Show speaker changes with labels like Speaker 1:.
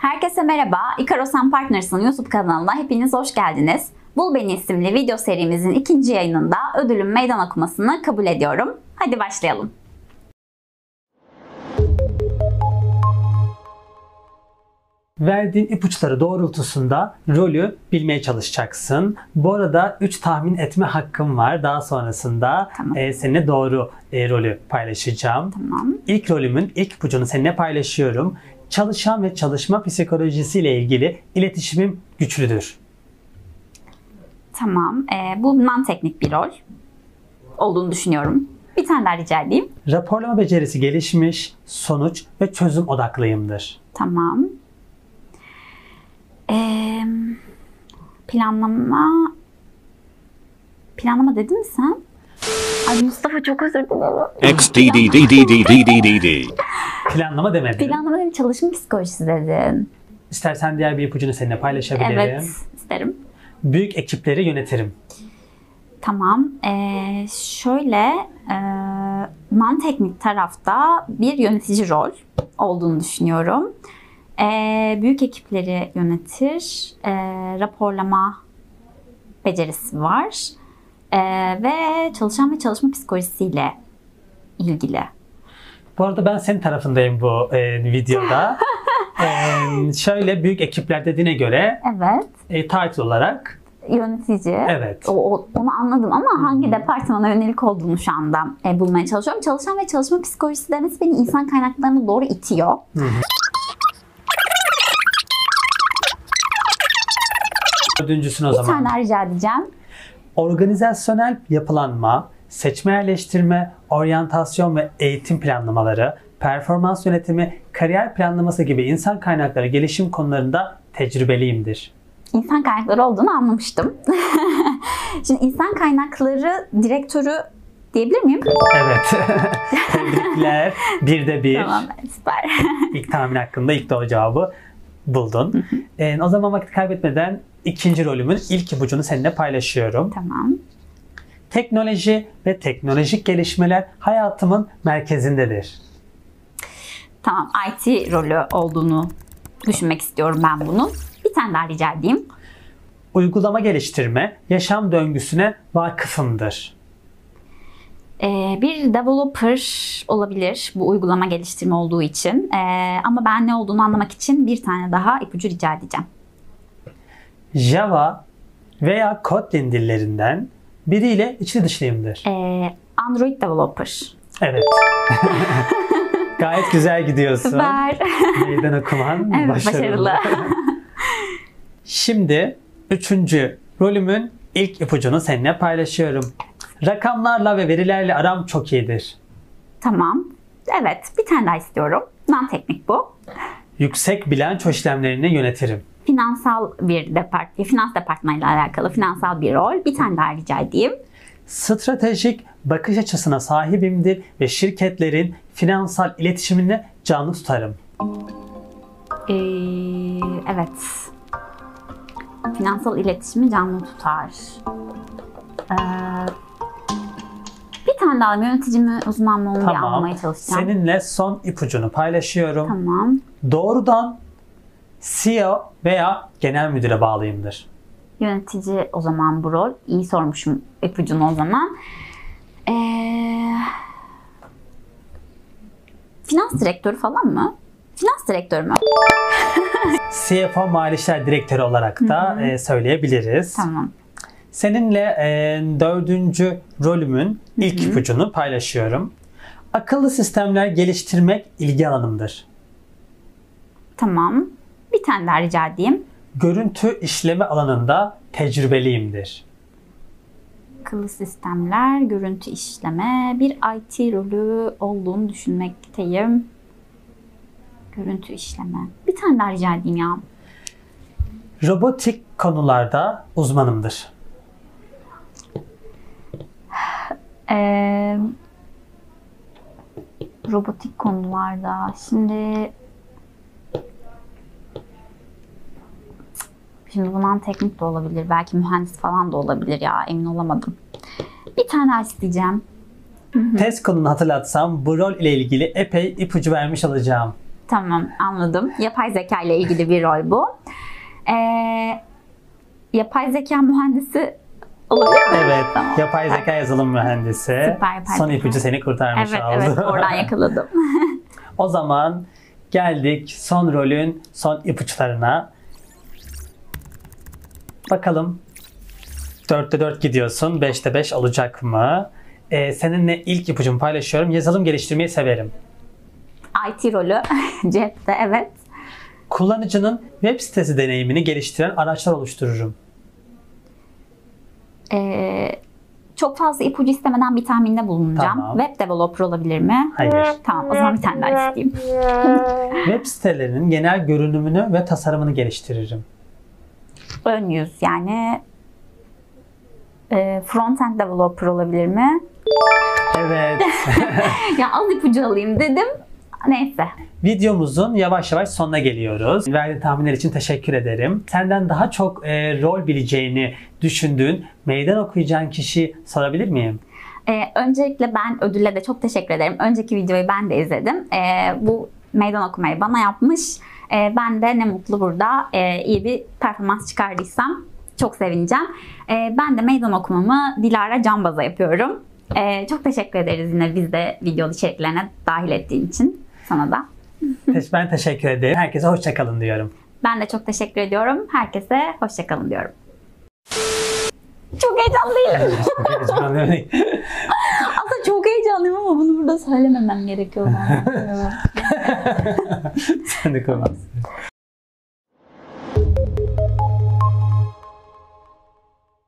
Speaker 1: Herkese merhaba. Ikaros and Partners'ın YouTube kanalına hepiniz hoş geldiniz. Bul Beni isimli video serimizin ikinci yayınında ödülün meydan okumasını kabul ediyorum. Hadi başlayalım.
Speaker 2: Verdiğin ipuçları doğrultusunda rolü bilmeye çalışacaksın. Bu arada 3 tahmin etme hakkım var. Daha sonrasında
Speaker 1: Tamam.
Speaker 2: e, seninle doğru e, rolü paylaşacağım.
Speaker 1: Tamam.
Speaker 2: İlk rolümün ilk ipucunu seninle paylaşıyorum. Çalışan ve çalışma psikolojisiyle ilgili iletişimim güçlüdür.
Speaker 1: Tamam. Ee, bu non teknik bir rol olduğunu düşünüyorum. Bir tane daha rica edeyim.
Speaker 2: Raporlama becerisi gelişmiş, sonuç ve çözüm odaklıyımdır.
Speaker 1: Tamam. Ee, planlama... Planlama dedin mi sen? Ay Mustafa çok özür dilerim.
Speaker 3: XDDDDDDDD.
Speaker 2: Planlama demedim.
Speaker 1: Planlama dedin, çalışma psikolojisi dedin.
Speaker 2: İstersen diğer bir ipucunu seninle paylaşabilirim.
Speaker 1: Evet, isterim.
Speaker 2: Büyük ekipleri yönetirim.
Speaker 1: Tamam. Ee, şöyle e, non teknik tarafta bir yönetici rol olduğunu düşünüyorum. Ee, büyük ekipleri yönetir. Ee, raporlama becerisi var. Ee, ve çalışan ve çalışma psikolojisiyle ilgili.
Speaker 2: Bu arada ben senin tarafındayım bu e, videoda. E, şöyle büyük ekipler dediğine göre
Speaker 1: Evet.
Speaker 2: e, title olarak
Speaker 1: Yönetici.
Speaker 2: evet.
Speaker 1: O, o- onu anladım ama hangi departmana yönelik olduğunu şu anda e, bulmaya çalışıyorum. Çalışan ve çalışma psikolojisi demesi beni insan kaynaklarına doğru itiyor.
Speaker 2: Dördüncüsün o
Speaker 1: Bir tane
Speaker 2: zaman.
Speaker 1: daha rica edeceğim.
Speaker 2: Organizasyonel yapılanma, seçme yerleştirme, oryantasyon ve eğitim planlamaları, performans yönetimi, kariyer planlaması gibi insan kaynakları gelişim konularında tecrübeliyimdir.
Speaker 1: İnsan kaynakları olduğunu anlamıştım. Şimdi insan kaynakları direktörü diyebilir miyim?
Speaker 2: Evet. Tebrikler. Bir de bir.
Speaker 1: Tamam süper.
Speaker 2: İlk tahmin hakkında ilk doğru cevabı buldun. Ee, o zaman vakit kaybetmeden ikinci rolümün ilk ipucunu seninle paylaşıyorum.
Speaker 1: tamam.
Speaker 2: Teknoloji ve teknolojik gelişmeler hayatımın merkezindedir.
Speaker 1: Tamam IT rolü olduğunu düşünmek istiyorum ben bunun. Bir tane daha rica edeyim.
Speaker 2: Uygulama geliştirme, yaşam döngüsüne vakıfımdır.
Speaker 1: Ee, bir developer olabilir bu uygulama geliştirme olduğu için. Ee, ama ben ne olduğunu anlamak için bir tane daha ipucu rica edeceğim.
Speaker 2: Java veya Kotlin dillerinden biriyle içli dışlıyımdır.
Speaker 1: Ee, Android developer.
Speaker 2: Evet. Gayet güzel gidiyorsun.
Speaker 1: Süper.
Speaker 2: Meydan okuman
Speaker 1: evet
Speaker 2: başarılı.
Speaker 1: başarılı.
Speaker 2: Şimdi üçüncü rolümün ilk ipucunu seninle paylaşıyorum. Rakamlarla ve verilerle aram çok iyidir.
Speaker 1: tamam. Evet bir tane daha istiyorum. Non teknik bu.
Speaker 2: Yüksek bilanço işlemlerini yönetirim.
Speaker 1: finansal bir depart, finans departmanıyla alakalı finansal bir rol. Bir tane daha rica edeyim.
Speaker 2: Stratejik bakış açısına sahibimdir ve şirketlerin finansal iletişimini canlı tutarım.
Speaker 1: Ee, evet. Finansal iletişimi canlı tutar. Ee, bir tane daha yöneticimi uzmanlığını bir anlamaya çalışacağım.
Speaker 2: Seninle son ipucunu paylaşıyorum.
Speaker 1: Tamam.
Speaker 2: Doğrudan CEO veya genel müdüre bağlıyımdır.
Speaker 1: Yönetici o zaman bu rol. İyi sormuşum ipucunu o zaman. Ee, finans direktörü falan mı? Finans direktörü mü?
Speaker 2: CFO Mali İşler Direktörü olarak da e, söyleyebiliriz.
Speaker 1: Tamam.
Speaker 2: Seninle e, dördüncü rolümün ilk ipucunu paylaşıyorum. Akıllı sistemler geliştirmek ilgi alanımdır.
Speaker 1: Tamam. Bir tane daha rica edeyim.
Speaker 2: Görüntü işleme alanında tecrübeliyimdir.
Speaker 1: Akıllı sistemler, görüntü işleme, bir IT rolü olduğunu düşünmekteyim. Görüntü işleme. Bir tane daha rica edeyim ya.
Speaker 2: Robotik konularda uzmanımdır.
Speaker 1: Ee, robotik konularda. Şimdi Şimdi bundan teknik de olabilir. Belki mühendis falan da olabilir ya. Emin olamadım. Bir tane daha isteyeceğim.
Speaker 2: Test konunu hatırlatsam bu rol ile ilgili epey ipucu vermiş olacağım.
Speaker 1: Tamam anladım. Yapay zeka ile ilgili bir rol bu. Ee, yapay zeka mühendisi olabilir mi?
Speaker 2: Evet,
Speaker 1: Tamam.
Speaker 2: yapay zeka yazılım mühendisi.
Speaker 1: Süper, yapay
Speaker 2: Son
Speaker 1: zeka.
Speaker 2: ipucu seni kurtarmış
Speaker 1: Evet
Speaker 2: oldu.
Speaker 1: evet oradan yakaladım.
Speaker 2: O zaman geldik son rolün son ipuçlarına. Bakalım 4'te 4 gidiyorsun, 5'te 5 olacak mı? Ee, seninle ilk ipucumu paylaşıyorum. Yazılım geliştirmeyi severim.
Speaker 1: IT rolü cepte evet.
Speaker 2: Kullanıcının web sitesi deneyimini geliştiren araçlar oluştururum.
Speaker 1: Ee, çok fazla ipucu istemeden bir tahminde bulunacağım.
Speaker 2: Tamam.
Speaker 1: Web developer olabilir mi?
Speaker 2: Hayır.
Speaker 1: Tamam o zaman bir tane daha isteyeyim.
Speaker 2: Web sitelerinin genel görünümünü ve tasarımını geliştiririm.
Speaker 1: Ön yüz yani e, front-end developer olabilir mi?
Speaker 2: Evet.
Speaker 1: Ya az ipucu alayım dedim. Neyse.
Speaker 2: Videomuzun yavaş yavaş sonuna geliyoruz. Verdiğin tahminler için teşekkür ederim. Senden daha çok e, rol bileceğini düşündüğün, meydan okuyacağın kişi sorabilir miyim?
Speaker 1: Ee, öncelikle ben ödüle de çok teşekkür ederim. Önceki videoyu ben de izledim. Ee, bu meydan okumayı bana yapmış. Ee, ben de ne mutlu burada ee, iyi bir performans çıkardıysam çok sevineceğim. Ee, ben de meydan okumamı Dilara Canbaz'a yapıyorum. Ee, çok teşekkür ederiz yine biz de video içeriklerine dahil ettiğin için sana da.
Speaker 2: Te- ben teşekkür ederim. Herkese hoşçakalın diyorum.
Speaker 1: Ben de çok teşekkür ediyorum. Herkese hoşçakalın diyorum. Çok heyecanlıyım. Aslında çok heyecanlıyım ama bunu burada söylememem gerekiyor. Ben.
Speaker 2: Sen de komiksin.